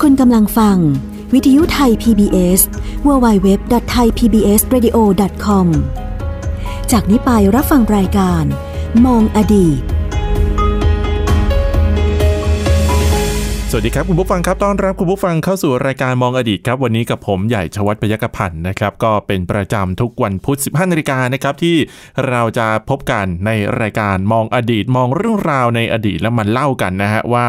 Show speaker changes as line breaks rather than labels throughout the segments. คุณกำลังฟัง วิทยุไทย PBS www.thaipbsradio.com จากนี้ไปรับฟังรายการ มองอดีต
สวัสดีครับคุณผู้ฟังครับต้อนรับคุณผู้ฟังเข้าสู่รายการมองอดีตครับวันนี้กับผมใหญ่ชวัฒน์พยกพันธ์นะครับก็เป็นประจำทุกวันพุธ 15นาฬิกานะครับที่เราจะพบกันในรายการมองอดีต มองเรื่องราวในอดีตแล้วมันเล่ากันนะฮะว่า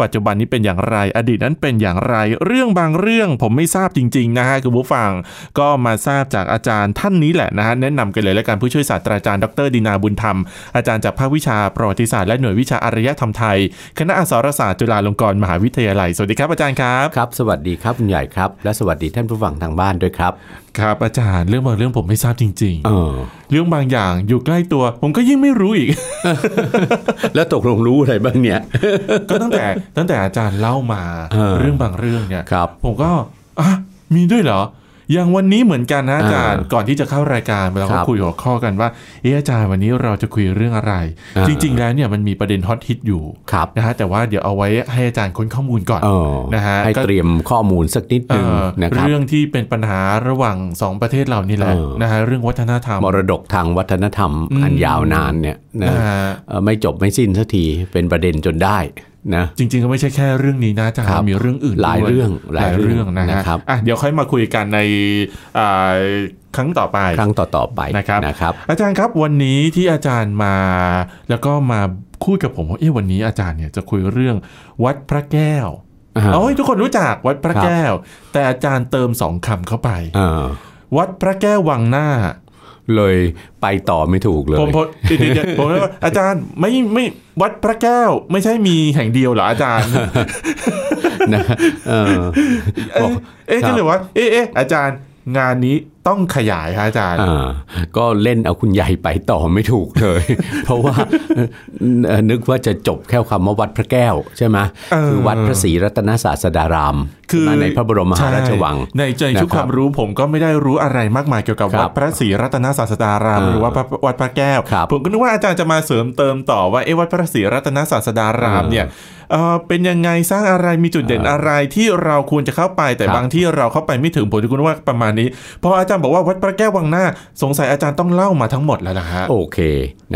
ปัจจุบันนี้เป็นอย่างไรอดีตนั้นเป็นอย่างไรเรื่องบางเรื่องผมไม่ทราบจริงๆนะฮะคุณผู้ฟังก็มาทราบจากอาจารย์ท่านนี้แหละนะฮะแนะนำกันเลยและการผู้ช่วยศาสตราจารย์ดรดินาบุญธรรมอาจารย์จากภาควิชาประวัติศาสตร์และหน่วยวิชาอารยธรรมไทย คณะอักษรศาสตร์จุฬาลงกรณ์มหาวิทยาลัย สวัสดีครับอาจารย์ครับ
ครับ สวัสดีครับคุณใหญ่ครับ และสวัสดีท่านผู้ฟังทางบ้านด้วยครับ
ครับอาจารย์เรื่องบางเรื่องผมไม่ทราบจริง
เออ
ๆ เรื่องบางอย่างอยู่ใกล้ตัว ผมก็ยิ่งไม่รู้อีก
แล้วตกลงรู้อะไรบ้างเนี่ย
ก็ตั้งแต่ตั้งแต่อาจารย์เล่ามา
เออ
เรื่องบางเรื่องเนี่ย
ครับ
ผมก็อ่ะมีด้วยเหรอ อย่างวันนี้เหมือนกันนะอาจารย์
อ่า
ก่อนที่จะเข้ารายการเรา
ค
ก็
รับ
คุยหัวข้อกันว่าเอออาจารย์วันนี้เราจะคุยเรื่องอะไร
อ่า
จริง ๆ แล้วเนี่ยมันมีประเด็นฮอตฮิตอยู่
ครับ
นะฮะแต่ว่าเดี๋ยวเอาไว้ให้อาจารย์ค้นข้อมูลก่อน
เออ
นะฮะ
ให้
ก็
เตรียมข้อมูลสักนิดหนึ่ง
เอ่อ
นะครับ
เรื่องที่เป็นปัญหาระหว่างสองประเทศเรานี่แหละ
เออ
นะฮะเรื่องวัฒนธรรม
มรดกทางวัฒนธรรม
อืม
อันยาวนานเนี่ยนะ
นะฮะ
เอ่อไม่จบไม่สิ้นสักทีเป็นประเด็นจนได้นะ
จริงๆก็ไม่ใช่แค่เรื่องนี้นะอาจารย์
ครับ
มีเรื่องอื่น
หลาย
ด้วย
เรื่อง
ห
ห
ลา
ลายยเรื่
เรื่อ
อง
งนะฮะ
นะครับ
อ่ะเดี๋ยวค่อยมาคุยกันในอ่าครั้งต่อไป
ครั้งต่อๆไป
นะครับ
นะครับ
อาจารย์ครับวันนี้ที่อาจารย์มา แล้วก็มาคุยกับผมว่าเอ๊ะวันนี้อาจารย์เนี่ยจะคุยเรื่องวัดพระแก้ว
อ่า
โอ้ยทุกคนรู้จักวัดพระแก้ว แต่อาจารย์เติมสองคำเข้าไป
เออ
วัดพระแก้ววังหน้า
เลยไปต่อไม่ถูกเลย
ผมผมเดี๋ยวเดี๋ยวผม ว่าอาจารย์ไม่ไม่วัดพระแก้วไม่ใช่มีแห่งเดียวเหรออาจารย์
นะเออ
เอ๊ะเอ๊ะ
ครับ
ก็เลยว่าเอ๊ะเอ๊ะอาจารย์งานนี้ต้องขยายฮะอาจารย์
อ่าก็เล่นเอาคุณใหญ่ไปต่อไม่ถูกเลย เพราะว่าเอ่อนึกว่าจะจบแค่คำว่าวัดพระแก้วใช่ไหม
เออ
คือวัดพระศรีรัตนศาสดาราม
คือ
ในพระบรมมหาราชวัง
ใช่ในใจชุด
นะครับ
ความรู้ผมก็ไม่ได้รู้อะไรมากมายเกี่ยวกับ
ครับ
วัดพระศรีรัตนศาสดาราม
อ่า
หรือว่าพระวัดพระแก้ว
ครับ
ผมก็นึกว่าอาจารย์จะมาเสริมเติมต่อว่าเอ๊ะวัดพระศรีรัตนศาสดาราม
อ่า
เนี่ยเอ่อเป็นยังไงสร้างอะไรมีจุดเด่นอะไรที่เราควรจะเข้าไป แต่
ครับ
บางที่เราเข้าไปไม่ถึงผมก็นึกว่าประมาณนี้พออาจารย์บอกว่าวัดพระแก้ววังหน้า สงสัยอาจารย์ต้องเล่ามาทั้งหมดแล้วนะฮะ
โอเค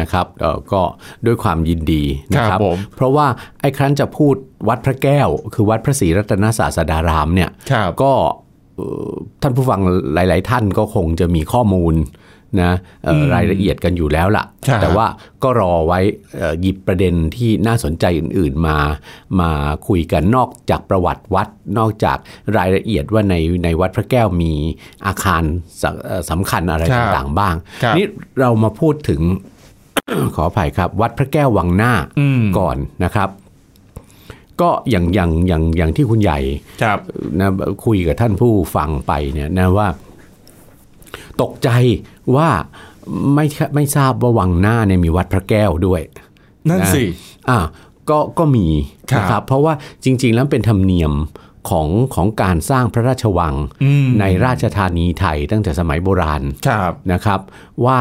นะครับเอ่อก็ด้วยความยินดีนะค
ครั
รั
บบ ผม
เพราะว่าไอ้ครั้นจะพูดวัดพระแก้ว คือวัดพระศรีรัตนศาสดารามเนี่ย
ครับ
ก็เอ่อท่านผู้ฟังหลาย ๆ ท่านก็คงจะมีข้อมูลนะเอ่ออรายละเอียดกันอยู่แล้วล่ะ
ครับ
แต่ว่าก็รอไว้เอ่อหยิบประเด็นที่น่าสนใจอื่น ๆ มามาคุยกันนอกจากประวัติวัดนอกจากรายละเอียดว่าในในวัดพระแก้วมีอาคารสำเอ่อสำคัญอะไร
ครับ
ต่างๆบ้าง
ครับ
นี่ เรามาพูดถึง ขออภัยครับ วัดพระแก้ววังหน้า
อืม
ก่อนนะครับ ก็อย่างอย่างอย่างอย่างที่คุณใหญ่
ครับ
นะคุยกับท่านผู้ฟังไปเนี่ยนะว่า ตกใจว่าไม่ไม่ทราบว่าวังหน้าเนี่ยมีวัดพระแก้วด้วย
นั่นสิ
อ่าก็ก็มี
ครับ
นะครับ เพราะว่าจริง ๆ แล้วเป็นธรรมเนียมของของการสร้างพระราชวัง
อืม
ในราชธานีไทยตั้งแต่สมัยโบราณ
ครับ
นะครับว่า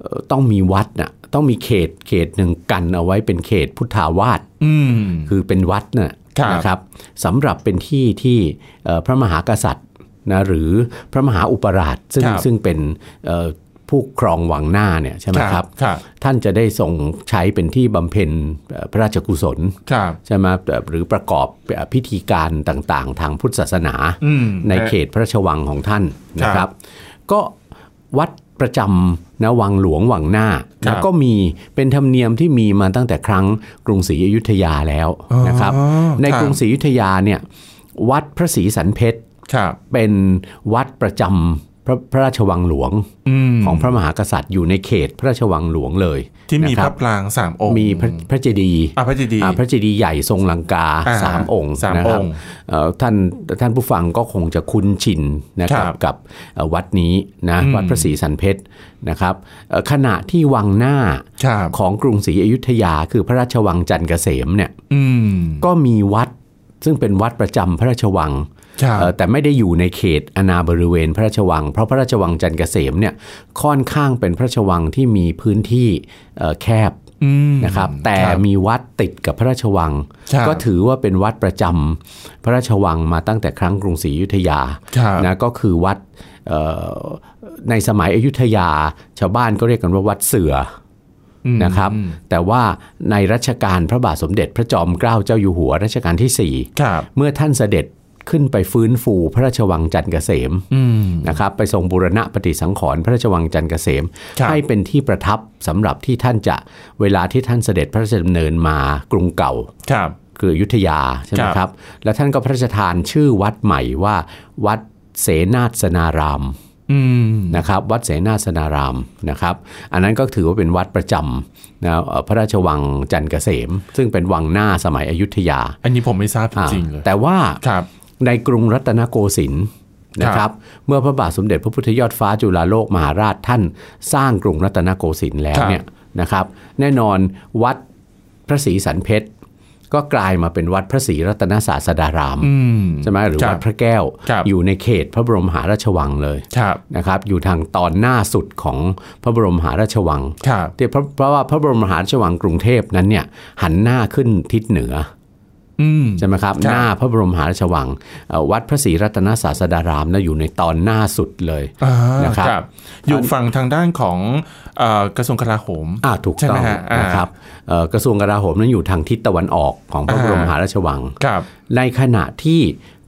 เอ่อต้องมีวัดน่ะต้องมีเขตเขตหนึ่งกันเอาไว้เป็นเขตพุทธาวาส
อืม
คือเป็นวัดน่ะ
ครับ
นะครับสำหรับเป็นที่ที่เอ่อพระมหากษัตริย์นะหรือพระมหาอุปราชซึ่ง
ครับ
ซึ่งเป็นเอ่อผู้ครองวังหน้าเนี่ยใช่ไหมครับ
ครับ
ท่านจะได้ทรงใช้เป็นที่บำเพ็ญเอ่อพระราชกุศล
ครับ
ใช่ไหมเอ่อหรือประกอบเอ่อพิธีการต่างๆ ทางพุทธศาสนา
อืม
ในเขตพระราชวังของท่านนะ
ค
ค
รั
รั
บบ
ก็วัดประจำนะวังหลวงวังหน้า
ครับ
นะก็มีเป็นธรรมเนียมที่มีมาตั้งแต่ครั้งกรุงศรีอยุธยาแล้วนะครับ
อ๋อ
ในกรุงศรีอยุธยาเนี่ยวัดพระศรีสันเพชร
ครับ
เป็นวัดประจำพระพระราชวังหลวง
อืม
ของพระมหากษัตริย์อยู่ในเขตพระราชวังหลวงเลย
ที่มี
นะ
พ
ค
ระ
บ
ปรางสามองค์
มีพระพระเจดีย์
อ่ะพระเจดีย์
อ่าพระเจดีย์ใหญ่ทรงลังกา
อ่า
สามองค์
สาม
นะค
อ
รั
บ งค์
เอ่อท่านท่านผู้ฟังก็คงจะคุ้นชินนะครั
ครับ บ
กับเอ่อวัดนี้นะ
อืม
วัดพระศรีสันเพชรนะครับเอ่อขณะที่วังหน้า
ครับ
ของกรุงศรีอยุธยา คือพระราชวังจันทร์เกษมเนี่ย
อืม
ก็มีวัดซึ่งเป็นวัดประจำพระราชวัง
ครับ
เอ่อแต่ไม่ได้อยู่ในเขตอาณาบริเวณพระราชวัง เพราะพระราชวังจันทร์เกษมเนี่ยค่อนข้างเป็นพระราชวังที่มีพื้นที่เอ่อแคบ
อืม
นะครับแต่มีวัดติดกับพระราชวัง
ครับ
ก็ถือว่าเป็นวัดประจำพระราชวังมาตั้งแต่ครั้งกรุงศรีอยุธยา
ครับ
นะก็คือวัดเอ่อในสมัยอยุธยา ชาวบ้านก็เรียกกันว่าวัดเสืออนะครับ แต่ว่าในรัชกาลพระบาทสมเด็จพระจอมเกล้าเจ้าอยู่หัวรัชกาลที่สี่
ครับ
เมื่อท่านเสด็จขึ้นไปฟื้นฟูพระราชวังจันทร์เกษม
อืม
นะครับไปทรงบูรณะปฏิสังขรณ์พระราชวังจันทร์เกษม
ครับ
ให้เป็นที่ประทับสำหรับที่ท่านจะเวลาที่ท่านเสด็จพระราชดำเนินมากรุงเก่า
ครับ
คืออยุธยาใช่ไหม
ครับ
ครับ แล้วท่านก็พระราชทานชื่อวัดใหม่ว่า วัดเสนาสนาราม
อืม
นะครับวัดเสนาสนารามนะครับ อันนั้นก็ถือว่าเป็นวัดประจำนะเอ่อพระราชวังจันทร์เกษม ซึ่งเป็นวังหน้าสมัยอยุธยา
อันนี้ผมไม่ทราบจริงๆเลย
อ่าแต่ว่า
ครับ
ในกรุงรัตนโกสินทร์นะค
ครั
รับ บ เมื่อพระบาทสมเด็จพระพุทธยอดฟ้าจุฬาโลกมหาราชท่านสร้างกรุงรัตนโกสินทร์แล้วเนี่ยนะครับ แน่นอนวัดพระศรีสันเพชรก็กลายมาเป็นวัดพระศรีรัตนศาสดาราม
อืม
ใช่ไหมหรือ
ครับ
วัดพระแก้ว
ครับ
อยู่ในเขตพระบรมหาราชวังเลย
ครับ
นะครับอยู่ทางตอนหน้าสุดของพระบรมหาราชวัง
ครับ
แต่เพราะเพราะว่าพระบรมหาราชวังกรุงเทพนั้นเนี่ยหันหน้าขึ้นทิศเหนือ
อืม
ใช่ไหมครับ
ครับ
หน้าพระบรมมหาราชวังเอ่อวัดพระศรีรัตนศาสดารามนะอยู่ในตอนหน้าสุดเลย
อ่า
นะครับ
ครับ อยู่ฝั่งทางด้านของเอ่อกระทรวงกลาโหม
อ่าถูก
ใช่ไห
ต้
ม
อง
ฮะอ่าน
นะครับเอ่อกระทรวงกลาโหมนั้นอยู่ทางทิศตะวันออกของพระ
อ่า
บรมมหาราชวัง
ครับ
ในขณะที่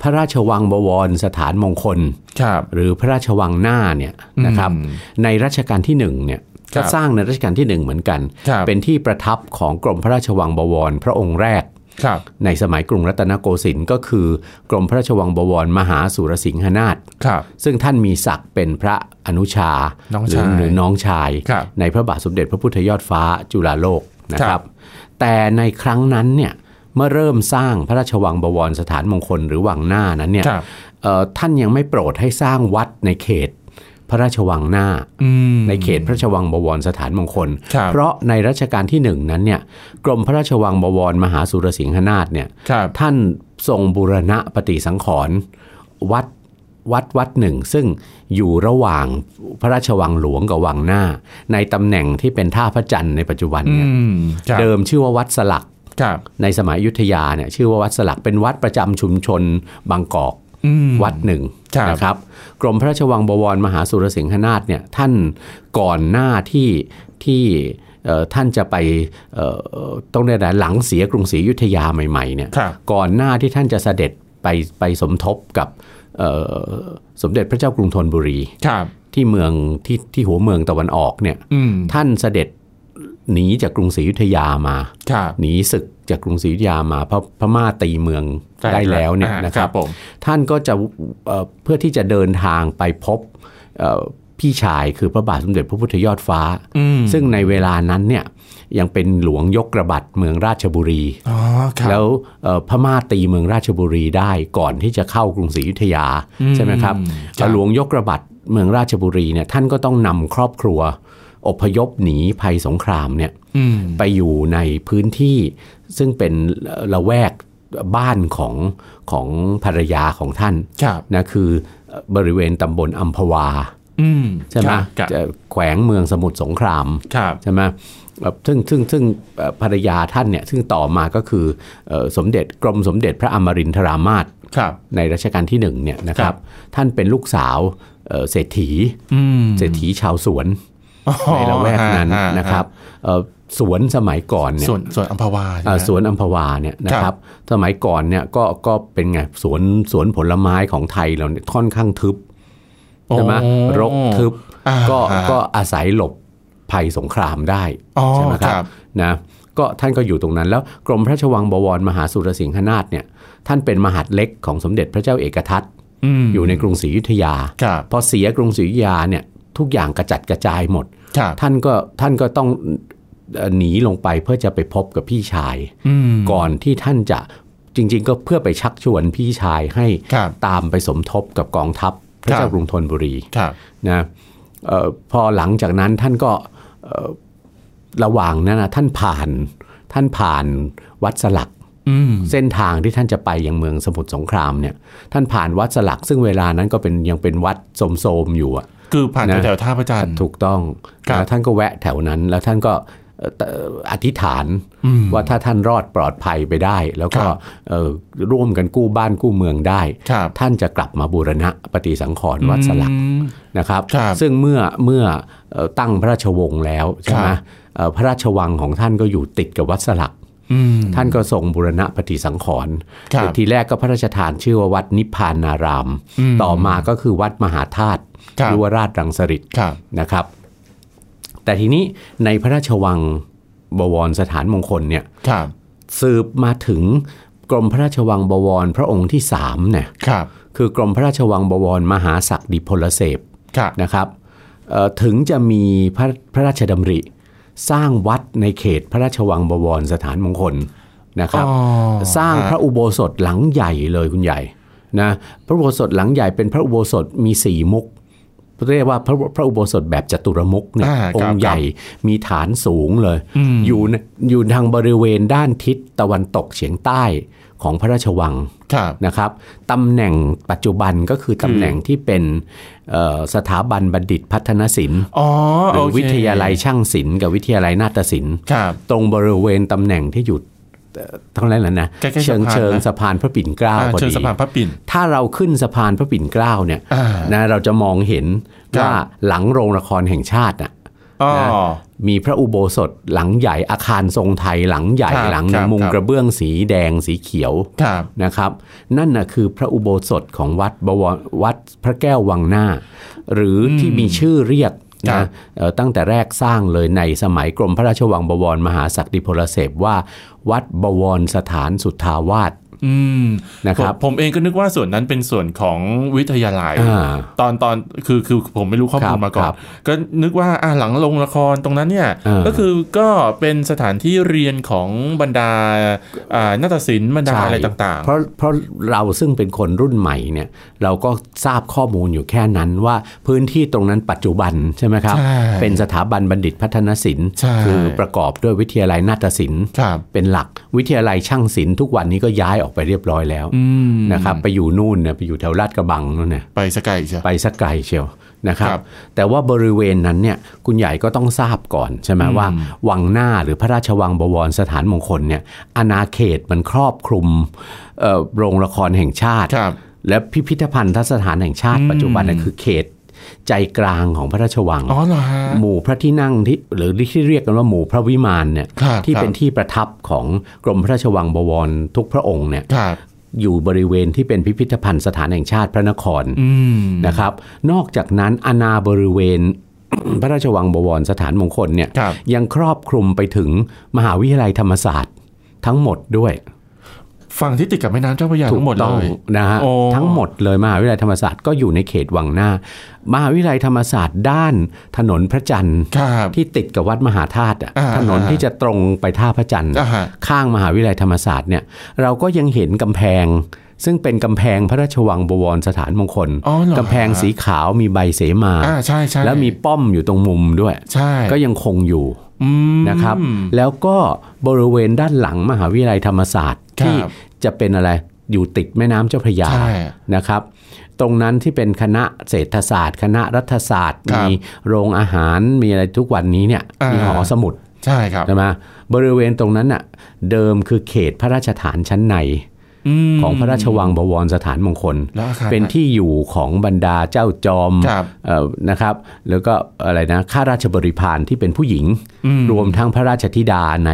พระราชวังบวรสถานมงคล
ครับ
หรือพระราชวังหน้าเนี่ยนะครับ
อืม
ในรัชกาลที่หนึ่งเนี่ย
ครั
ก็
บ
สร้างในรัชกาลที่หนึ่งเหมือนกัน
ครับ
เป็นที่ประทับของกรมพระราชวังบวรพระองค์แรก
ครับ
ในสมัยกรุงรัตนโกสินทร์ก็คือกรมพระราชวังบวรมหาสุรสิงหนาถ
ครับ
ซึ่งท่านมีศักดิ์เป็นพระอนุชา
น้อง
หรื
ชาย
หรือน้องชาย
ครับ
ในพระบาทสมเด็จพระพุทธยอดฟ้าจุฬาโลกนะค
ครั
รับ บ แต่ในครั้งนั้นเนี่ยเมื่อเริ่มสร้างพระราชวังบวรสถานมงคลหรือวังหน้านั้นเนี่ย
ครับ
เอ่อท่านยังไม่โปรดให้สร้างวัดในเขตพระราชวังหน้า
อืม
ในเขตพระราชวังบวรสถานมงคล
ครับ
เพราะในรัชกาลที่หนึ่งนั้นเนี่ยกรมพระราชวังบวรมหาสุรสิงหนาถเนี่ย
ครับ
ท่านทรงบูรณะปฏิสังขรณ์วัดวัดวัดหนึ่ง ซึ่งอยู่ระหว่างพระราชวังหลวงกับวังหน้า ในตำแหน่งที่เป็นท่าพระจันทร์ในปัจจุบัน
อื
เนี่ย
มครับ
เดิมชื่อว่าวัดสลัก
ครับ
ในสมัยอยุทธยาเนี่ยชื่อว่าวัดสลักเป็นวัดประจำชุมชนบางกอก
อืม
วัดหนึ่ง
ครับ
นะครับกรมพระราชวังบวรมหาสุรสิงหนาถเนี่ยท่านก่อนหน้าที่ที่เอ่อท่านจะไปเอ่อต้องเรียกอะไรหลังเสียกรุงศรีอยุธยาใหม่ๆเนี่ย
ครับ
ก่อนหน้าที่ท่านจะเสด็จไปไปสมทบกับเอ่อสมเด็จพระเจ้ากรุงธนบุรี
ครับ
ที่เมืองที่ที่หัวเมืองตะวันออกเนี่ย
อืม
ท่านเสด็จหนีจากกรุงศรีอยุธยามา
ครับ
หนีศึกจากกรุงศรีอยุธยามาเพราะพม่าตีเมือง
ใช่
ได้แล้วเนี่ย
อ่าน
นะค
ค
รับ
รับผม
ท่านก็จะเอ่อเพื่อที่จะเดินทางไปพบเอ่อพี่ชายคือพระบาทสมเด็จพระพุทธยอดฟ้า
อืม
ซึ่งในเวลานั้นเนี่ยยังเป็นหลวงยกกระบัดเมืองราชบุรี
อ๋อ ครับ
แล้วเอ่อพม่าตีเมืองราชบุรีได้ก่อนที่จะเข้ากรุงศรีอยุธยาใช่ไหมครับ
ครับ
หลวงยกระบัดเมืองราชบุรีเนี่ยท่านก็ต้องนำครอบครัว อพยพหนีภัยสงครามเนี่ย
อืม
ไปอยู่ในพื้นที่ซึ่งเป็นละแวกบ้านของของภรรยาของท่าน
ครับ
นะคือบริเวณตำบลอัมพวา
อืม
ใช่ไหม
ครับ
จะแขวงเมืองสมุทรสงคราม
ครับ
ใช่ไหมเอ่อซึ่งซึ่งซึ่งเอ่อภรรยาท่านเนี่ยซึ่งต่อมาก็คือเอ่อสมเด็จกรมสมเด็จพระอมรินทรามาศ
ครับ
ในรัชกาลที่หนึ่งเนี่ยนะค
ครั
รับ บ ท่านเป็นลูกสาวเอ่อเศรษฐี
อืม
เศรษฐีชาวสวน
อ๋อ
ในละแวกนั้น
อ่าอ่า
นะครับเอ่อสวนสมัยก่อนเนี่ย
ส่วนส่วนอัมพวาใช่ไหม
เอ่อสวนอัมพวาเนี่ยนะ
ค
ค
รั
รับ บ สมัยก่อนเนี่ยก็ก็เป็นไงสวนสวนผลไม้ของไทยเราเนี่ยค่อนข้างทึบใช่ไหม
โอ้
รกทึบ
อ่า
ก็
ฮะ
ก็อาศัยหลบภัยสงครามได้
อ๋อ
ใช่ไหม
ค
ค
รั
รับ บนะก็ท่านก็อยู่ตรงนั้นแล้วกรมพระราชวังบวรมหาสุรสิงหนาถเนี่ยท่านเป็นมหาดเล็กของสมเด็จพระเจ้าเอกทัต
อืม
อยู่ในกรุงศรีอยุธยา
ครับ
พอเสียกรุงศรีอยุธยาเนี่ยทุกอย่างกระจัดกระจายหมด
ครับ
ท่านก็ท่านก็ต้องเอ่อหนีลงไปเพื่อจะไปพบกับพี่ชาย
อืม
ก่อนที่ท่านจะจริง ๆ ก็เพื่อไปชักชวนพี่ชายให้
ครับ
ตามไปสมทบกับกองทัพพระ
ครั
เจ้า
บ
กรุงธนบุรี
ครับ
นะเออพอหลังจากนั้นท่านก็เอ่อระหว่างนั้นนะท่านผ่านท่านผ่านวัดสลัก
อืม
เส้นทางที่ท่านจะไปยังเมืองสมุทรสงครามเนี่ยท่านผ่านวัดสลักซึ่งเวลานั้นก็เป็นยังเป็นวัดโสมๆอยู่อะ
คือผ่าน
นะ
แถวๆท่าพระจันทร์
ถูกต้อง
ครับ
แล้วท่านก็แวะแถวนั้น แล้วท่านก็ เอ่อตเอ่ออธิษฐานว่าถ้าท่านรอดปลอดภัยไปได้ แล้วก็
ครับ
เอ่อร่วมกันกู้บ้านกู้เมืองได้
ครับ
ท่านจะกลับมาบูรณะปฏิสังขรณ์วัดสลัก
อืม
นะครับ
ครับ
ซึ่งเมื่อเมื่อเอ่อตั้งพระราชวงศ์แล้วใช่ไห
ค
ม
รับ
เอ่อพระราชวังของท่านก็อยู่ติดกับวัดสลัก
อืม
ท่านก็ทรงบูรณะปฏิสังขรณ์
ครับ
ทีแรกก็พระราชทานชื่อว่าวัดนิพพานาราม
อืม
ต่อมาก็คือวัดมหาธาตุ
ครับ
ยุวราชรังสฤษดิ์
ครับ
นะครับ แต่ทีนี้ในพระราชวังบวรสถานมงคลเนี่ย
ครับ
สืบมาถึงกรมพระราชวังบวรพระองค์ที่สามเนี่ย
ครับ
คือกรมพระราชวังบวรมหาศักดิพลเสพ
ครับ
นะครับเอ่อถึงจะมีพระพระราชดำริ สร้างวัดในเขตพระราชวังบวรสถานมงคลนะครับ
อ๋อ
สร้าง
ฮะ
พระอุโบสถหลังใหญ่เลยคุณใหญ่นะพระอุโบสถหลังใหญ่เป็นพระอุโบสถมีสี่มุกเรียกว่าพระพระอุโบสถแบบจตุรมุกเนี่ย
อ่าครับ
องค์ใหญ่มีฐานสูงเลย
อืม
อยู่ในอยู่ทางบริเวณด้านทิศตะวันตกเฉียงใต้ของพระราชวัง
ครับ
นะครับตำแหน่งปัจจุบันก็คือตำแหน่งที่เป็นเอ่อสถาบันบัณฑิตพัฒนศิลป์
อ๋อ
หรือ
โเค
วิทยาลัยช่างศิลป์กับวิทยาลัยนาฏศิลป์
ครับ
ตรงบริเวณตำแหน่งที่อยู่เอ่อเทั้งนั้นแหละนะ
ใกล้ๆ
เชิง
สะพานนะ
เชิงสะพานพระปิ่นเกล้า
อ่า
พอ
เชิญ
ดี
สะพานพระปิ่น
ถ้าเราขึ้นสะพานพระปิ่นเกล้าเนี่ย
อ่าน
นะเราจะมองเห็น
ครับ
ว่าหลังโรงละครแห่งชาติน่ะ
อ๋อ
นะมีพระอุโบสถหลังใหญ่อาคารทรงไทยหลังใหญ่
ครับ
หลังห
ครั
นึ่ง
บ
มุง
ครับ
กระเบื้องสีแดงสีเขียว
ครับ
นะครับนั่นนะคือพระอุโบสถของวัดบวรวัดพระแก้ววังหน้า หรืออที่มีชื่อเรียก
ครั
นะ
บ
เอ่อตั้งแต่แรกสร้างเลยในสมัยกรมพระราชวังบวรมหาศักดิพลเสพว่า วัดบวรสถานสุทธาวาส
อืม
นะครับ
ผมผมเองก็นึกว่าส่วนนั้นเป็นส่วนของวิทยาลัย
อ่า
ตอนตอนคือคือผมไม่รู้ข้อมูล
ครับ
มาก่อ
คน รับ
ก็นึกว่าอ่าหลังลงละครตรงนั้นเนี่ย
อ่า
ก็คือก็เป็นสถานที่เรียนของบรรดาอ่านาฏศิลป์บรรดา
ใช่
อะไรต่าง
เพราะเพราะเราซึ่งเป็นคนรุ่นใหม่เนี่ยเราก็ทราบข้อมูลอยู่แค่นั้นว่าพื้นที่ตรงนั้นปัจจุบันใช่ไหมครับ
ใช่
เป็นสถาบันบัณฑิตพัฒนศิลป์
ใช่
คือประกอบด้วยวิทยาลัยนาฏศิลป์
ครับ
เป็นหลักวิทยาลัยช่างศิลป์ทุกวันนี้ก็ย้ายออกไปเรียบร้อยแล้ว
อืม
นะครับไปอยู่นู่นเนี่ยไปอยู่แถวลาดกระบังนู่นเนี่ย
ไปสกายใช่ไหม
ไปสักไกลเชียวนะครับ
ครับ
แต่ว่าบริเวณนั้นเนี่ยคุณใหญ่ก็ต้องทราบก่อนใช่ไหมว่า วังหน้าหรือพระราชวังบวรสถานมงคลเนี่ยอาณาเขตมันครอบคลุมเอ่อโรงละครแห่งชาติ
ครับ
และพิพิธภัณฑสถานแห่งชาติ
อืม
ปัจจุบันน่ะคือเขตใจกลางของพระราชวัง
อ๋อเหรอฮะ
หมู่พระที่นั่งที่หรือที่เรียกกันว่าหมู่พระวิมานเนี่ย
ครับ
ที่
ครับ
เป็นที่ประทับของกรมพระราชวังบวรทุกพระองค์เนี่ย
ครับ
อยู่บริเวณที่เป็นพิพิธภัณฑ์สถานแห่งชาติพระนคร
อืม
นะครับ นอกจากนั้นอาณาบริเวณ พระราชวังบวรสถานมงคลเนี่ย
ครับ
ยังครอบคลุมไปถึงมหาวิทยาลัยธรรมศาสตร์ทั้งหมดด้วย
ฝั่งที่ติดกับแม่น้ำเจ้าพระยา
ถู
ทั้
ก
งหมดเล
ต้อง
ย
นะฮะ
โอ้
ทั้งหมดเลยมหาวิทยาลัยธรรมศาสตร์ก็อยู่ในเขตวังหน้า มหาวิทยาลัยธรรมศาสตร์ด้านถนนพระจันทร์
ครับ
ที่ติดกับวัดมหาธาตุอะ
อ่า
ถนน
อ่า
ที่จะตรงไปท่าพระจันทร์
อ่าฮะ
ข้างมหาวิทยาลัยธรรมศาสตร์เนี่ยเราก็ยังเห็นกำแพง ซึ่งเป็นกำแพงพระราชวังบวรสถานมงคล
อ๋อเหรอ
กำแพงสีขาวมีใบเสมา
อ่าใช่ใช่
แล้วมีป้อมอยู่ตรงมุมด้วย
ใช่
ก็ยังคงอยู่
อืม
นะครับ แล้วก็บริเวณด้านหลังมหาวิทยาลัยธรรมศาสตร์
ครับ
ที่จะเป็นอะไรอยู่ติดแม่น้ำเจ้าพระยา
ใช่
นะครับ ตรงนั้นที่เป็นคณะเศรษฐศาสตร์ คณะรัฐศาสตร์
ครับ
มีโรงอาหารมีอะไรทุกวันนี้เนี่ย
อ่ามี
มีหอสมุด
ใช่ครับ
ใช่ไหมบริเวณตรงนั้นน่ะเดิมคือเขตพระราชฐานชั้นใน
ม
ของพระราชวังบวรสถานมงคล
แล้วอาคาร
เป็นที่อยู่ของบรรดาเจ้าจอม
ครับ
เอ่อนะครับแล้วก็อะไรนะข้าราชบริพารที่เป็นผู้หญิง
อืม
รวมทั้งพระราชธิดาใน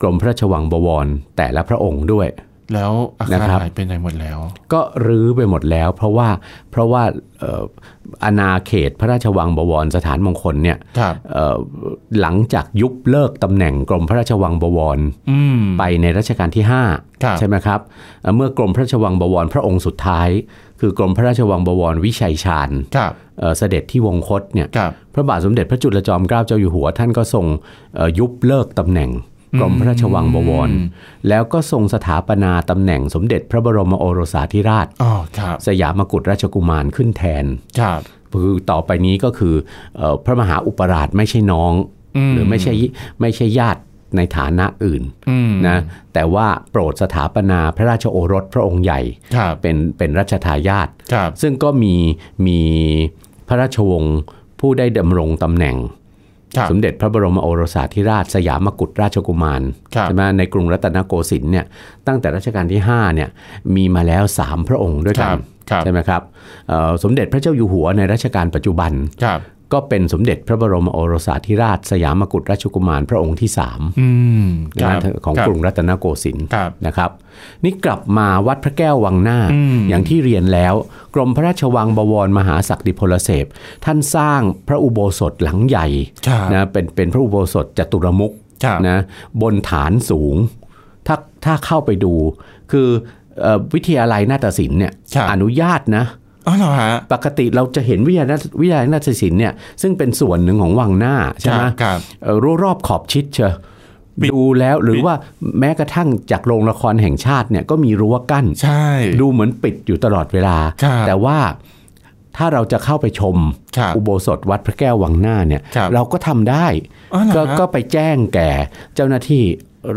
กรมพระราชวังบวรแต่ละพระองค์ด้วย
แล้วอาคาร
นะครับ
หายไปไหนหมดแล้ว
ก็รื้อไปหมดแล้ว เพราะว่าเพราะว่าเอ่ออาณาเขตพระราชวังบวรสถานมงคลเนี่ย
ครับ
เอ่อหลังจากยุบเลิกตำแหน่งกรมพระราชวังบวร
อืม
ไปในรัชกาลที่
ครับ
5 ใช่ไหมครับเอ่อเมื่อกรมพระราชวังบวรพระองค์สุดท้าย คือกรมพระราชวังบวรวิชัยชาญ
ครับ
เอ่อเสด็จที่วงคตเนี่ย
ครับ
พระบาทสมเด็จพระจุลจอมเกล้าเจ้าอยู่หัว ท่านก็ทรงเอ่อยุบเลิกตำแหน่งกรมพระราชวังบวร แล้วก็ทรงสถาปนาตำแหน่งสมเด็จพระบรมโอรสาธิราช
อ๋อ ครับ
สยามกุฎราชกุมารขึ้นแทน
ครับ
คือต่อไปนี้ก็คือเออพระมหาอุปราชไม่ใช่น้อง
อืม
หรือไม่ใช่ไม่ใช่ญาติในฐานะอื่น
อืม
นะแต่ว่าโปรดสถาปนาพระราชโอรสพระองค์ใหญ่
ครับ
เป็นเป็นรัชทายาท
ครับ
ซึ่งก็มีมีพระราชวงศ์ผู้ได้ดำรงตำแหน่ง
ครับ
สมเด็จพระบรมโอรสาธิราชสยามกุฎราชกุมาร
ครับ
ใช่ไหมในกรุงรัตนโกสินทร์เนี่ยตั้งแต่รัชกาลที่5เนี่ยมีมาแล้ว 3 พระองค์ด้วย
ค
กั
รั
น
บครับ
ใช่ไหมครับเอ่อสมเด็จพระเจ้าอยู่หัวในรัชกาลปัจจุบัน
ครับ
ก็เป็นสมเด็จพระบรมโอรสาธิราชสยามกุฎราชกุมารพระองค์ที่สาม
อืมค
นะ
รั
ฮะ
บ
ของ
คบ
กรุงรัตนโกสินทร์
ครับ
นะครับนี่กลับมาวัดพระแก้ววังหน้า
อืม
อย่างที่เรียนแล้ว กรมพระราชวังบวรมหาศักดิพลเสพท่านสร้างพระอุโบสถหลังใหญ่
ครับ
นะเป็นเป็นพระอุโบสถจตุรมุก
ครับ
นะบนฐานสูง ถ้าถ้าเข้าไปดู คือเอ่อวิทยาลัยนาฏศิลป์เนี่ย
ครับ
อนุญาตนะ
อ๋อเหรอฮะ
ปกติเราจะเห็นวิทยาลัยวิทยาลัยนาฏศิลป์เนี่ยซึ่งเป็นส่วนหนึ่งของวังหน้าใช่ไห
ค
ม
รับครับ
เอ่อรั้วรอบขอบชิดเชยว
ปิด
ดูแล้วหรือว่าแม้กระทั่งจากโรงละครแห่งชาติเนี่ยก็มีรั้วกั้น
ใช่
ดูเหมือนปิดอยู่ตลอดเวลา
ครับ
แต่ว่าถ้าเราจะเข้าไปชม
ครับ
อุโบสถวัดพระแก้ววังหน้าเนี่ย
ครับ
เราก็ทำได้
อ๋อเหรอ
ก็
ฮะ
ก็ไปแจ้งแก่เจ้าหน้าที่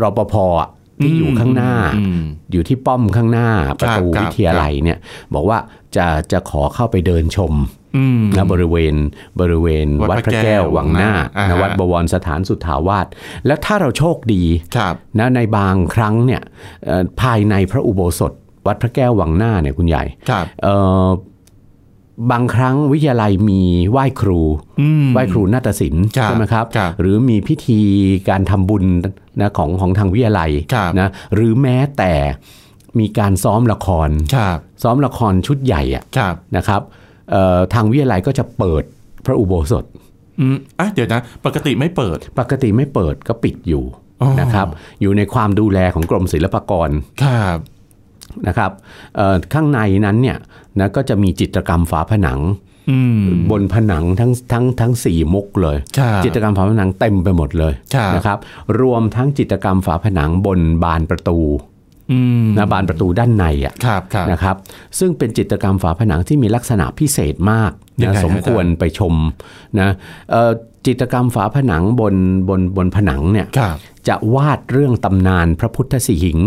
รปภอะที่อยู่ข้างหน้า
อืม
อยู่ที่ป้อมข้างหน้าประตู
ครับ
วิทยาลัยเนี่ยบอกว่าจะจะขอเข้าไปเดินชม
อืม
นะบริเวณบริเวณ
วั
วั
ดพ
ดพ
ระ
ระ
แก้
แก้
ว
ววังหน้า
อ่าฮะ
นะวัดบวรสถานสุทธาวาสแล้วถ้าเราโชคดี
ครับ
นะในบางครั้งเนี่ยเอ่อภายในพระอุโบสถ วัดพระแก้ววังหน้าเนี่ยคุณใหญ่
ครับ
เอ่อบางครั้งวิทยาลัยมีไหว้ครู
อืม
ไหว้ครูนาฏศิลป์
ครับ
ใช่ไหมครับ
ครับ
หรือมีพิธีการทำบุญนะของของทางวิทยาลัย
ครับ
นะหรือแม้แต่มีการซ้อมละคร
ครับ
ซ้อมละครชุดใหญ่อะ
ครับ
นะครับเอ่อทางวิทยาลัยก็จะเปิดพระอุโบสถ
อืมอ่ะเดี๋ยวนะ ปกติไม่เปิด
ปกติไม่เปิดก็ปิดอยู่
อ๋อ
นะครับอยู่ในความดูแลของกรมศิลปากร
ครับ
นะครับเอ่อข้างในนั้นเนี่ยนะก็จะมีจิตรกรรมฝาผนัง
อืม
บนผนังทั้งทั้งทั้งสี่มุกเลย
ครับ
จิตรกรรมฝาผนังเต็มไปหมดเลย
ครับ
นะครับ รวมทั้งจิตรกรรมฝาผนังบนบานประตู
อืม
นะบานประตูด้านในอ่ะ
ครับครับ
นะครับ ซึ่งเป็นจิตรกรรมฝาผนังที่มีลักษณะพิเศษมาก
ยัง
นะ
ไงฮะ
สมควรไปชมนะเอ่อจิตรกรรมฝาผนังบนบนบนผนังเนี่ย
ครับ
จะวาดเรื่องตำนานพระพุทธสีหิง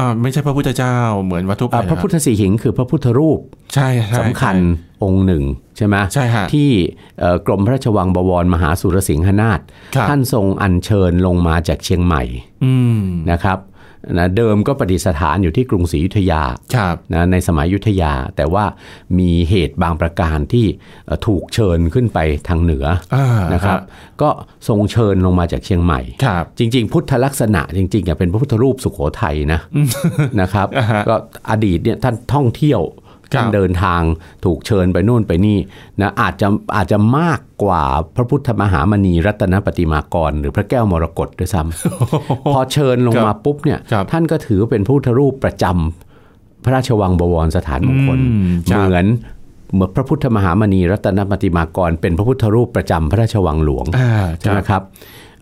อ่าไม่ใช่พระพุทธเจ้าเหมือนวัตถุไป
อ่ะ
น
พระพุทธสีหิงคือพระพุทธรูป
ใช่ใช่
สำคัญองค์หนึ่งใช่ไหม
ใช่ฮะ
ที่เอ่อกรมพระราชวังบวรมหาสุรสิงหนาถ
ครับ
ท่านทรงอัญเชิญลงมาจากเชียงใหม่
อืม
นะครับนะเดิมก็ประดิษฐานอยู่ที่กรุงศรีอยุธยา
ครับ
นะในสมัยอยุธยา แต่ว่ามีเหตุบางประการที่เอ่อถูกเชิญขึ้นไปทางเหนือ
อ่า
นะ
นะครับ
ก็ทรงเชิญลงมาจากเชียงใหม่
ครับ
จริง ๆ พุทธลักษณะจริงๆอ่ะเป็นพระพุทธรูปสุโขทัย นะนะครับ
อ่าฮะ
ก็อดีตเนี่ยท่านท่องเที่ยว
ครับ
ท่านเดินทางถูกเชิญไปนู่นไปนี่นะอาจจะอาจจะมากกว่าพระพุทธมหามณีรัตนปฏิมากร หรือพระแก้วมรกตด้วยซ้ำพอเชิญลงมาปุ๊บเนี่ย
ครับ
ท่านก็ถือเป็นพระพุทธรูปประจำพระราชวังบวรสถานมงคล
อืมครับ
เหมือนเหมือนพระพุทธมหามณีรัตนปฏิมากร เป็นพระพุทธรูปประจำพระราชวังหลวง
อ่า
ใช่ไหมครับ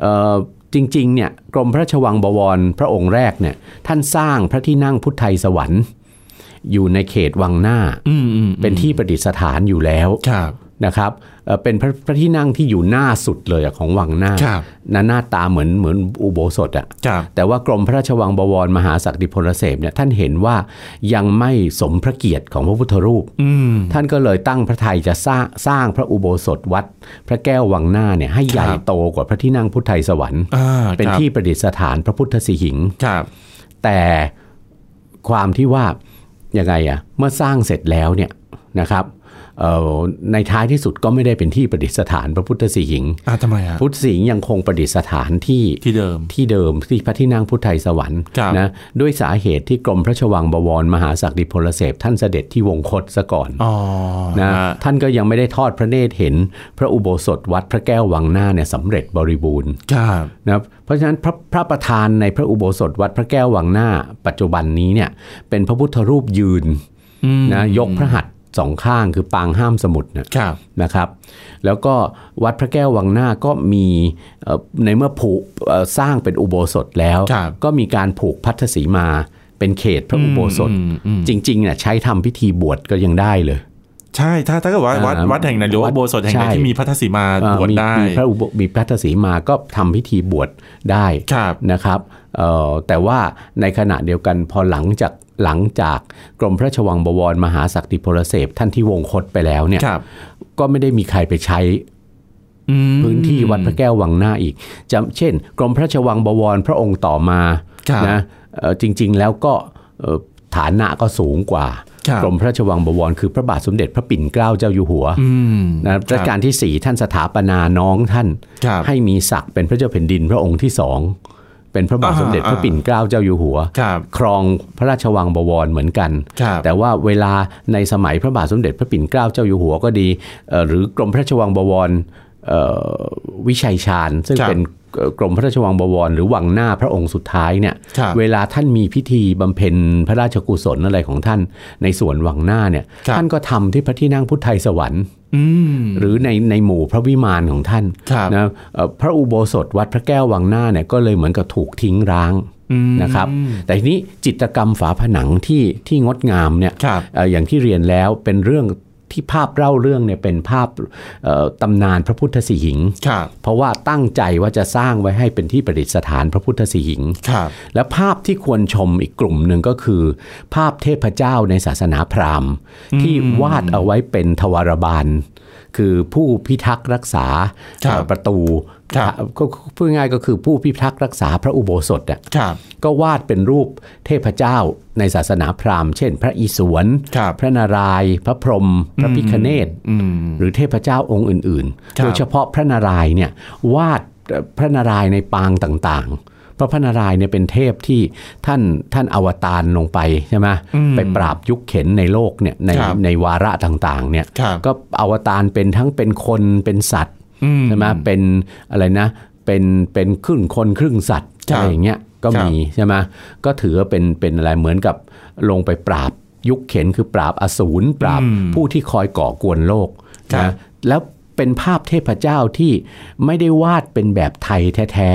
เอ่อจริงๆเนี่ยกรมพระราชวังบวรพระองค์แรกเนี่ยท่านสร้างพระที่นั่งพุทธไทยสวรรค์ อยู่ในเขตวังหน้า
อืมอืม
เป็นที่ประดิษฐานอยู่แล้ว
ครับ
นะครับเอ่อเป็นพระพระที่นั่งที่อยู่หน้าสุดเลยอะของวังหน้า
ครับ
นะหน้าตาเหมือนเหมือนอุโบสถอะ
ครับ
แต่ว่ากรมพระราชวังบวรมหาศักดิพลเสพเนี่ยท่านเห็นว่ายังไม่สมพระเกียรติของพระพุทธรูป
อืม
ท่านก็เลยตั้งพระไทยจะสร้างสร้างพระอุโบสถวัด พระแก้ววังหน้าเนี่ยให้ใหญ่
ครับ
โตกว่าพระที่นั่งพุทธไทยสวรรค์
อ่า
เป็น
ครับ
ที่ประดิษฐานพระพุทธสีหิง
ครับ
แต่ความที่ว่ายังไงอะเมื่อสร้างเสร็จแล้วเนี่ยนะครับเอ่อในท้ายที่สุดก็ไม่ได้เป็นที่ประดิษฐานพระพุทธสีหิง
อ่าทำไมฮะ
พุทธสีหิงยังคงประดิษฐานที่
ที่เดิม
ที่เดิมที่พระที่นั่งพุทธไทยสวรรค์
ครับ
นะด้วยสาเหตุที่กรมพระชวังบวร มหาศักดิพลเสพท่านเสด็จที่วงคตซะก่อน
อ๋อ
นะ
ฮะ
ท่านก็ยังไม่ได้ทอดพระเนตรเห็นพระอุโบสถวัดพระแก้ววังหน้าเนี่ยสำเร็จบริบูรณ์
ครับ
นะครับเพราะฉะนั้นพระพระประธานในพระอุโบสถวัดพระแก้ววังหน้า ปัจจุบันนี้เนี่ยเป็นพระพุทธรูปยืน
อืม
นะยกพระหัตถ์สองข้างคือปางห้ามสมุดนะครับ นะครับ แล้วก็วัดพระแก้ววังหน้าก็มีเอ่อในเมื่อผูกเอ่อสร้างเป็นอุโบสถแล้ว
ครับ
ก็มีการผูกพัทธสีมาเป็นเขตพระอุโบสถ
อืมอืม
จริงๆเนี่ยใช้ทำพิธีบวชก็ยังได้เลย
ใช่ถ้าถ้าเกิดว่าวัด
อ่า
วัดแห่งไหนหรือว่า
วัด
อุโบสถแห่งไหน
ใช่
ที่มีพระทัศสีมาบ
อ่า
วช
มี
ได้
มีพระอุโบมีพระทศีมาก็ทำพิธีบวชได้
ครับ
นะครับเอ่อแต่ว่าในขณะเดียวกันพอหลังจากหลังจากกรมพระราชวังบวรมหาศักดิพลเสพท่านที่วงคตไปแล้วเนี่ย
ครับ
ก็ไม่ได้มีใครไปใช้
อืม
พื้นที่วัดพระแก้ววังหน้าอีกจำเช่น กรมพระราชวังบวรพระองค์ต่อมา
ครับ
นะเอ่อจริงๆแล้วก็เอ่อฐานะก็สูงกว่า
ครับ
กรมพระราชวังบวรคือพระบาทสมเด็จพระปิ่นเกล้าเจ้าอยู่หัว
อืม
นะรัชกาลที่สี่ท่านสถาปนาน้องท่าน
ครับ
ให้มีศักดิ์เป็นพระเจ้าแผ่นดินพระองค์ที่สองเป็นพระบาท
อ่า
สมเด็จพระ
อ่า
ปิ่นเกล้าเจ้าอยู่หัว
ครับ
ครองพระราชวังบวรเหมือนกัน
ครับ
แต่ว่าเวลาในสมัยพระบาทสมเด็จพระปิ่นเกล้าเจ้าอยู่หัวก็ดีเอ่อหรือกรมพระราชวังบวรเอ่อวิชัยชาญ ซึ่ง
ครับ
เป็นเอ่อกรมพระราชวังบวร หรือวังหน้าพระองค์สุดท้ายเนี่ย
ครับ
เวลาท่านมีพิธีบำเพ็ญพระราชกุศลอะไรของท่าน ในส่วนวังหน้าเนี่ย
ครับ
ท่านก็ทำที่พระที่นั่งพุทธไทยสวรรค์
อืม
หรือในในหมู่พระวิมานของท่าน
ครับ
นะเอ่อพระอุโบสถวัดพระแก้ววังหน้าเนี่ยก็เลยเหมือนกับถูกทิ้งร้างนะครับ แต่ทีนี้จิตรกรรมฝาผนังที่ที่งดงามเนี่ย
ครับ
เอ่ออย่างที่เรียนแล้วเป็นเรื่องที่ภาพเล่าเรื่องเนี่ยเป็นภาพเอ่อตำนานพระพุทธสีหิง
ครับ
เพราะว่าตั้งใจว่าจะสร้างไว้ให้เป็นที่ประดิษฐานพระพุทธสีหิง
ครับ
และภาพที่ควรชมอีกกลุ่มหนึ่งก็คือ ภาพเทพเจ้าในศาสนาพราหมณ์ ที่วาดเอาไว้เป็นทวารบาล คือผู้พิทักษ์รักษา
ครับ
เอ่อประตู
ครับ
ก็พูดง่ายๆก็คือผู้พิทักษ์รักษาพระอุโบสถอะ
ครับ
ก็วาดเป็นรูปเทพเจ้าในศาสนาพราหมณ์ เช่น พระอิศวร
ครับ
พระนารายณ์ พระพรหม พระพิฆเนศ หรือเทพเจ้าองค์อื่น
ครับ
ๆโดยเฉพาะพระนารายณ์เนี่ยวาดเอ่อพระนารายณ์ในปางต่างๆ เพราะพระนารายณ์เนี่ยเป็นเทพที่ท่านท่านอวตารลงไปใช่ไหมไปปราบยุคเข็นในโลกเนี่ยใน
ครับ
ในวาระต่างๆเนี่ย
ครับ
ก็อวตารเป็นทั้งเป็นคนเป็นสัตว์
อืม
ใช่ไหมเป็นอะไรนะเป็นเป็นครึ่งคนครึ่งสัตว์
ครั
อะ
บ
ไรอย่างเงี้ยก็
ครับ
มีใช่ไหมก็ถือว่าเป็นเป็นอะไรเหมือนกับลงไปปราบยุคเข็นคือปราบอสูรปราบ
อืม
ผู้ที่คอยก่อกวนโลก
ครับ
นะแล้วเป็นภาพเทพเจ้าที่ไม่ได้วาดเป็นแบบไทยแท้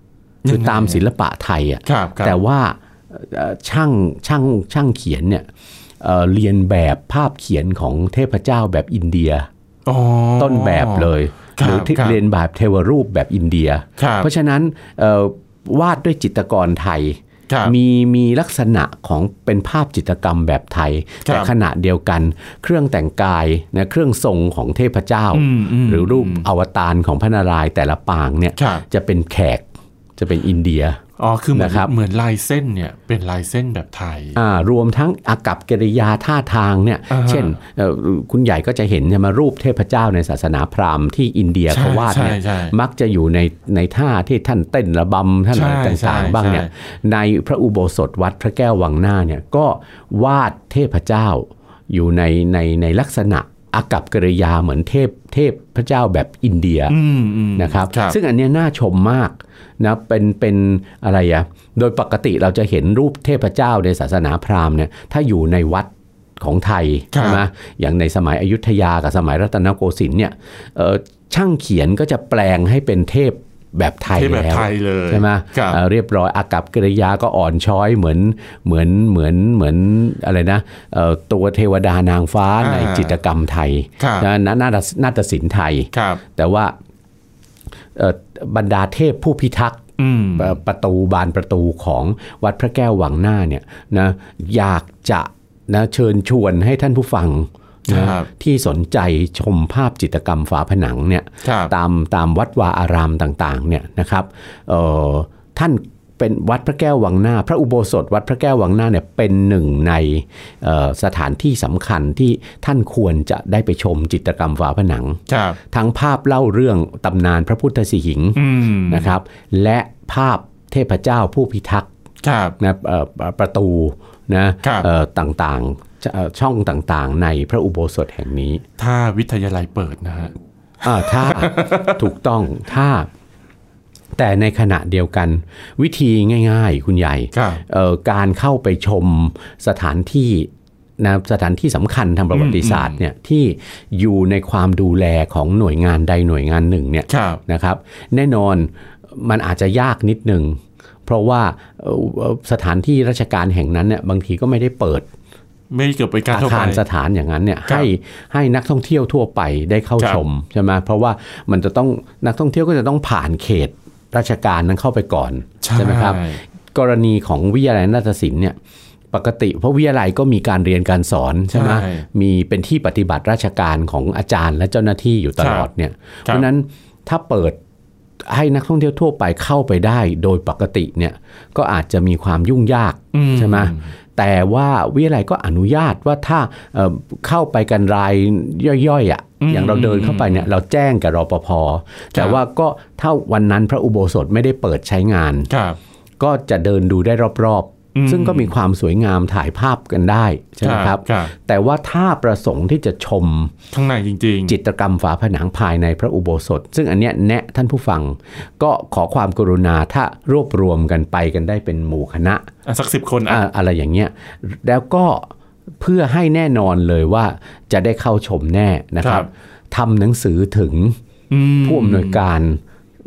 ๆคือตามศิลปะไทยอ่ะ
ครับครับ
แต่ว่าเอ่อช่างช่างช่างเขียนเนี่ยเอ่อเรียนแบบภาพเขียนของเทพเจ้าแบบอินเดีย
อ๋อ
ต้นแบบเลย
ครับ
หรือที่
ครับ
เรียนแบบเทวรูปแบบอินเดีย
ครับ
เพราะฉะนั้นเอ่อวาดด้วยจิตรกรไทย
ครับ
มีมีลักษณะของเป็นภาพจิตรกรรมแบบไทย
ครับ
แต่ขณะเดียวกัน เครื่องแต่งกายนะเครื่องทรงของเทพเจ้า
อืมอืม
หรือรูปอวตารของพระนารายณ์แต่ละปางเนี่ย
ครับ
จะเป็นแขกจะเป็นอินเดีย
อ๋อ คือเหมือน
นะครับ
เหมือนลายเส้นเนี่ย เป็นลายเส้นแบบไทย
อ่ารวมทั้งอากับกิริยาท่าทางเนี่ย
อ่าฮะ
เช่นเอ่อคุณใหญ่ก็จะเห็นเนี่ยมารูปเทพเจ้าในศาสนาพราหมณ์ที่อินเดีย
ใช่
เขาวาดเนี่ย
ใช่ใช่
มักจะอยู่ในในท่าที่ท่านเต้นระบำท่านอะไร
ใช่
ต่าง
ใช่
ๆ บ้างเนี่ย
ใช่
ในพระอุโบสถวัดพระแก้ววังหน้าเนี่ยก็วาดเทพเจ้าอยู่ในในในลักษณะอากับกิริยาเหมือนเทพเทพพระเจ้าแบบอินเดีย
อืมอืม
นะครับ
ครับ
ซึ่งอันเนี้ยน่าชมมากนะเป็นเป็นอะไรอะโดยปกติเราจะเห็นรูปเทพเจ้าในศาสนาพราหมณ์เนี่ยถ้าอยู่ในวัดของไทย
ครับ
ใช่ไหมอย่างในสมัยอยุธยากับสมัยรัตนโกสินทร์เนี่ยเอ่อช่างเขียนก็จะแปลงให้เป็นเทพแบบไทย
เทพแบบ
แล้ว
ไทยเลย
ใช่ไหม
ครับ
เอ่อเรียบร้อยอากับกิริยาก็อ่อนช้อยเหมือนเหมือนเหมือนเหมือนอะไรนะเอ่อตัวเทวดานางฟ้าใน
อ่า
จิตรกรรมไทย
ครับ
นะนาฏนาฏศิลป์ไทย
ครับ
แต่ว่าเอ่อบรรดาเทพผู้พิทักษ์
อืม
เอ่อประตูบานประตูของวัดพระแก้ววังหน้าเนี่ยนะอยากจะนะเชิญชวนให้ท่านผู้ฟังนะครับ ที่สนใจชมภาพจิตรกรรมฝาผนังเนี่ย
ครับ
ตามตามวัดวาอารามต่างๆเนี่ยนะครับเอ่อท่านเป็นวัดพระแก้ววังหน้า พระอุโบสถวัดพระแก้ววังหน้าเนี่ยเป็นหนึ่งในเอ่อสถานที่สำคัญที่ท่านควรจะได้ไปชมจิตรกรรมฝาผนัง
ครับ
ทั้งภาพเล่าเรื่องตำนานพระพุทธสีหิง
อืม
นะครับ และภาพเทพเจ้าผู้พิทักษ์
ครับ
นะเอ่อประตูนะครับ เอ่อต่างๆจะเอ่อช่องต่างๆ ในพระอุโบสถแห่งนี้
ถ้าวิทยาลัยเปิดนะฮะ
อ่า ถ้า ถูกต้องถ้า แต่ในขณะเดียวกัน วิธีง่าย ๆ คุณใหญ่
ครับ
เอ่อการเข้าไปชมสถานที่นะสถานที่สำคัญทางประวัติศาสตร์เนี่ยที่อยู่ในความดูแลของหน่วยงานใดหน่วยงานหนึ่งเนี่ย
ครับ
นะครับแน่นอนมันอาจจะยากนิดหนึ่ง เพราะว่าเอ่อสถานที่ราชการแห่งนั้นเนี่ยบางทีก็ไม่ได้เปิด
ไม่เกี่ยวกับการ
อา
เข้าไป
คารสถานอย่างนั้นเนี่ย
ครับ
ให้ให้นักท่องเที่ยวทั่วไปได้เข้า
ครับ
ชมใช่ไหมเพราะว่ามันจะต้องนักท่องเที่ยวก็จะต้องผ่านเขตราชการนั้นเข้าไปก่อนไหมครับ กรณีของวิทยาลัยนาฏศิลป์เนี่ยปกติเพราะวิทยาลัยก็มีการเรียนการสอนใช่ไหม
ใช่
มีเป็นที่ปฏิบัติราชการของอาจารย์และเจ้าหน้าที่อยู่ตลอดเนี่ยเพราะฉะนั้น ถ้าเปิดให้นักท่องเที่ยวทั่วไปเข้าไปได้โดยปกติเนี่ยก็อาจจะมีความยุ่งยาก
อืม
ใช่ไหมแต่ว่าวิทยาลัยก็อนุญาตว่าถ้าเอ่อเข้าไปกันรายย่อยๆอ่ะอย่างเราเดินเข้าไปเนี่ยเราแจ้งกับรปภแต่ว่าก็ถ้าวันนั้นพระอุโบสถไม่ได้เปิดใช้งาน
ครับ
ก็จะเดินดูได้รอบ
อืม
ๆ ซึ่งก็มีความสวยงามถ่ายภาพกันได้ใช่ไหมครับ
ครับ
แต่ว่าถ้าประสงค์ที่จะชม
ข้างในจริง ๆ
จิตรกรรมฝาผนังภายในพระอุโบสถ ซึ่งอันเนี้ยแนะท่านผู้ฟัง ก็ขอความกรุณาถ้ารวบรวมกันไปกันได้เป็นหมู่คณะ
อ่ะสักสิบคน
อะ
อ่ะ
อะไรอย่างเงี้ยแล้วก็เพื่อให้แน่นอนเลยว่าจะได้เข้าชมแน่นะครับทำหนังสือถึง
อืม
ผู้อำนวยการ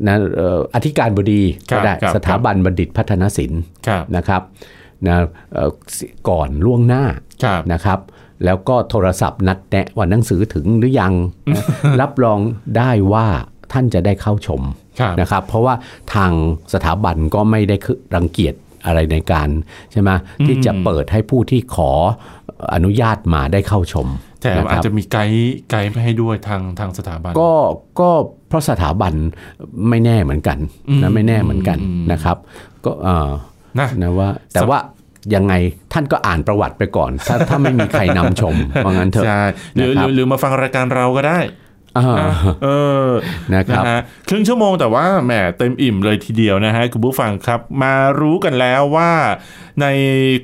นะเอ่ออธิการบดี
ครั
ก็
บ
ได้
ครับ
สถาบันบัณฑิตพัฒนศิลป์
ครับ
นะครับนะเอ่อก่อนล่วงหน้า
ครับ
นะครับ แล้วก็โทรศัพท์นัดแนะว่าหนังสือถึงห รือยังนะรับรองได้ว่าท่านจะได้เข้าชม
ครับ
นะครับ เพราะว่าทางสถาบันก็ไม่ได้คือรังเกียจอะไรในการใช่ไหมที่จะเปิดให้ผู้ที่ขออนุญาตมาได้เข้าชม
แต่
นค
อาจ
รับ
จะมีไกด์ไกด์ไม่ให้ด้วยทางทางสถาบัน
ก็ก็เพราะสถาบันไม่แน่เหมือนกันนะไม่แน่เหมือนกันนะครับ ก็เอ่อ
นะ
นะว่า แต่ว่ายังไงท่านก็อ่านประวัติไปก่อน ถ้าถ้าไม่มีใครนำ ชมว่างั้นเถอะ
ใช่หรือ
นะค
หรื
รับ
อหรือมาฟังรายการเราก็ได้
อ่า
นะเออ
นะครับ
นะฮะครึ่งชั่วโมงแต่ว่าแหมเต็มอิ่มเลยทีเดียวนะฮะคุณผู้ฟังครับ มารู้กันแล้วว่าใน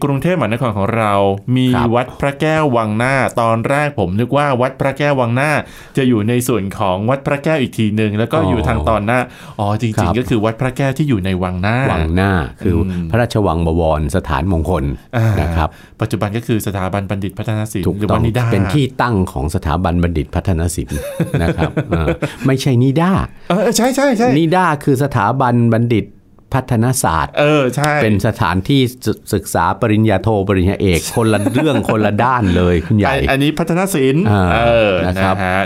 กรุงเทพมหานครของเรา มี
ครับ
วัดพระแก้ววังหน้า ตอนแรกผมนึกว่าวัดพระแก้ววังหน้า จะอยู่ในส่วนของวัดพระแก้วอีกทีหนึ่งแล้วก็
อ๋อ
อ
อยู่
ทางตอนหน้าอ๋อจ
ครั
ริง
บ
ๆ ก็คือวัดพระแก้วที่อยู่ในวังหน้า
วังหน้าคืออพระราชวังบวรสถานมงคล
อ่าน
นะครับ
ปัจจุบันก็คือสถาบันบัณฑิตพัฒนศิล
ถูก
ป์หรือ
ต้อ
ว่างนิดา
เป็นที่ตั้งของสถาบันบัณฑิตพัฒนศิล ป์นะครับเออไม่ใช่นิด้า
เออใช่ใช่ใช่
นิด้าคือสถาบันบัณฑิตพัฒนศาสตร์
เออใช่
เป็นสถานที่ศึศึกษาปริญญาโทปริญญาเอก คนละเรื่อง คนละด้านเลยคุณใหญ่
ไอ้อันนี้พัฒนศิลป์
อ่า
เออนะค
นะครั
รับบ ฮะ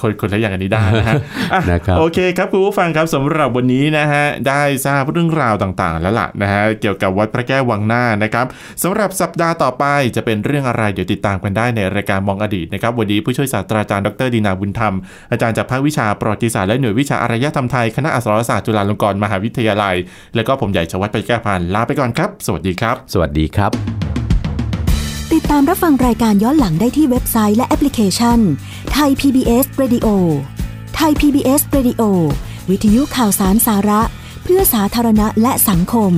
คนคนละอย่างอันนี้ได้นะฮะอ่
นะครับ
โอเคครับคุณผู้ฟังครับสำหรับวันนี้นะฮะได้ทราบเรื่องราวต่างๆ แล้วล่ะนะฮะเกี่ยวกับวัดพระแก้ววังหน้านะครับสำหรับสัปดาห์ต่อไปจะเป็นเรื่องอะไรเดี๋ยวติดตามกันได้ในรายการมองอดีตนะครับวันนี้ผู้ช่วยศาสตราจารย์ดรดีนาบุญธรรม อาจารย์จากภาควิชาประวัติศาสตร์และหน่วยวิชาอารยธรรมไทยคณะอักษรศาสตร์จุฬาลงกรณ์มหาวิทยาลัย แล้วก็ผมใหญ่ชวัฒน์ไปแก้วพันธุ์ลาไปก่อนครับ สวัสดีครับ
สวัสดีครับ
ติดตามรับฟังรายการย้อนหลังได้ที่เว็บไซต์และแอปพลิเคชันไทย PBS Radio ไทย PBS Radio วิทยุข่าวสารสาระ เพื่อสาธารณะและสังคม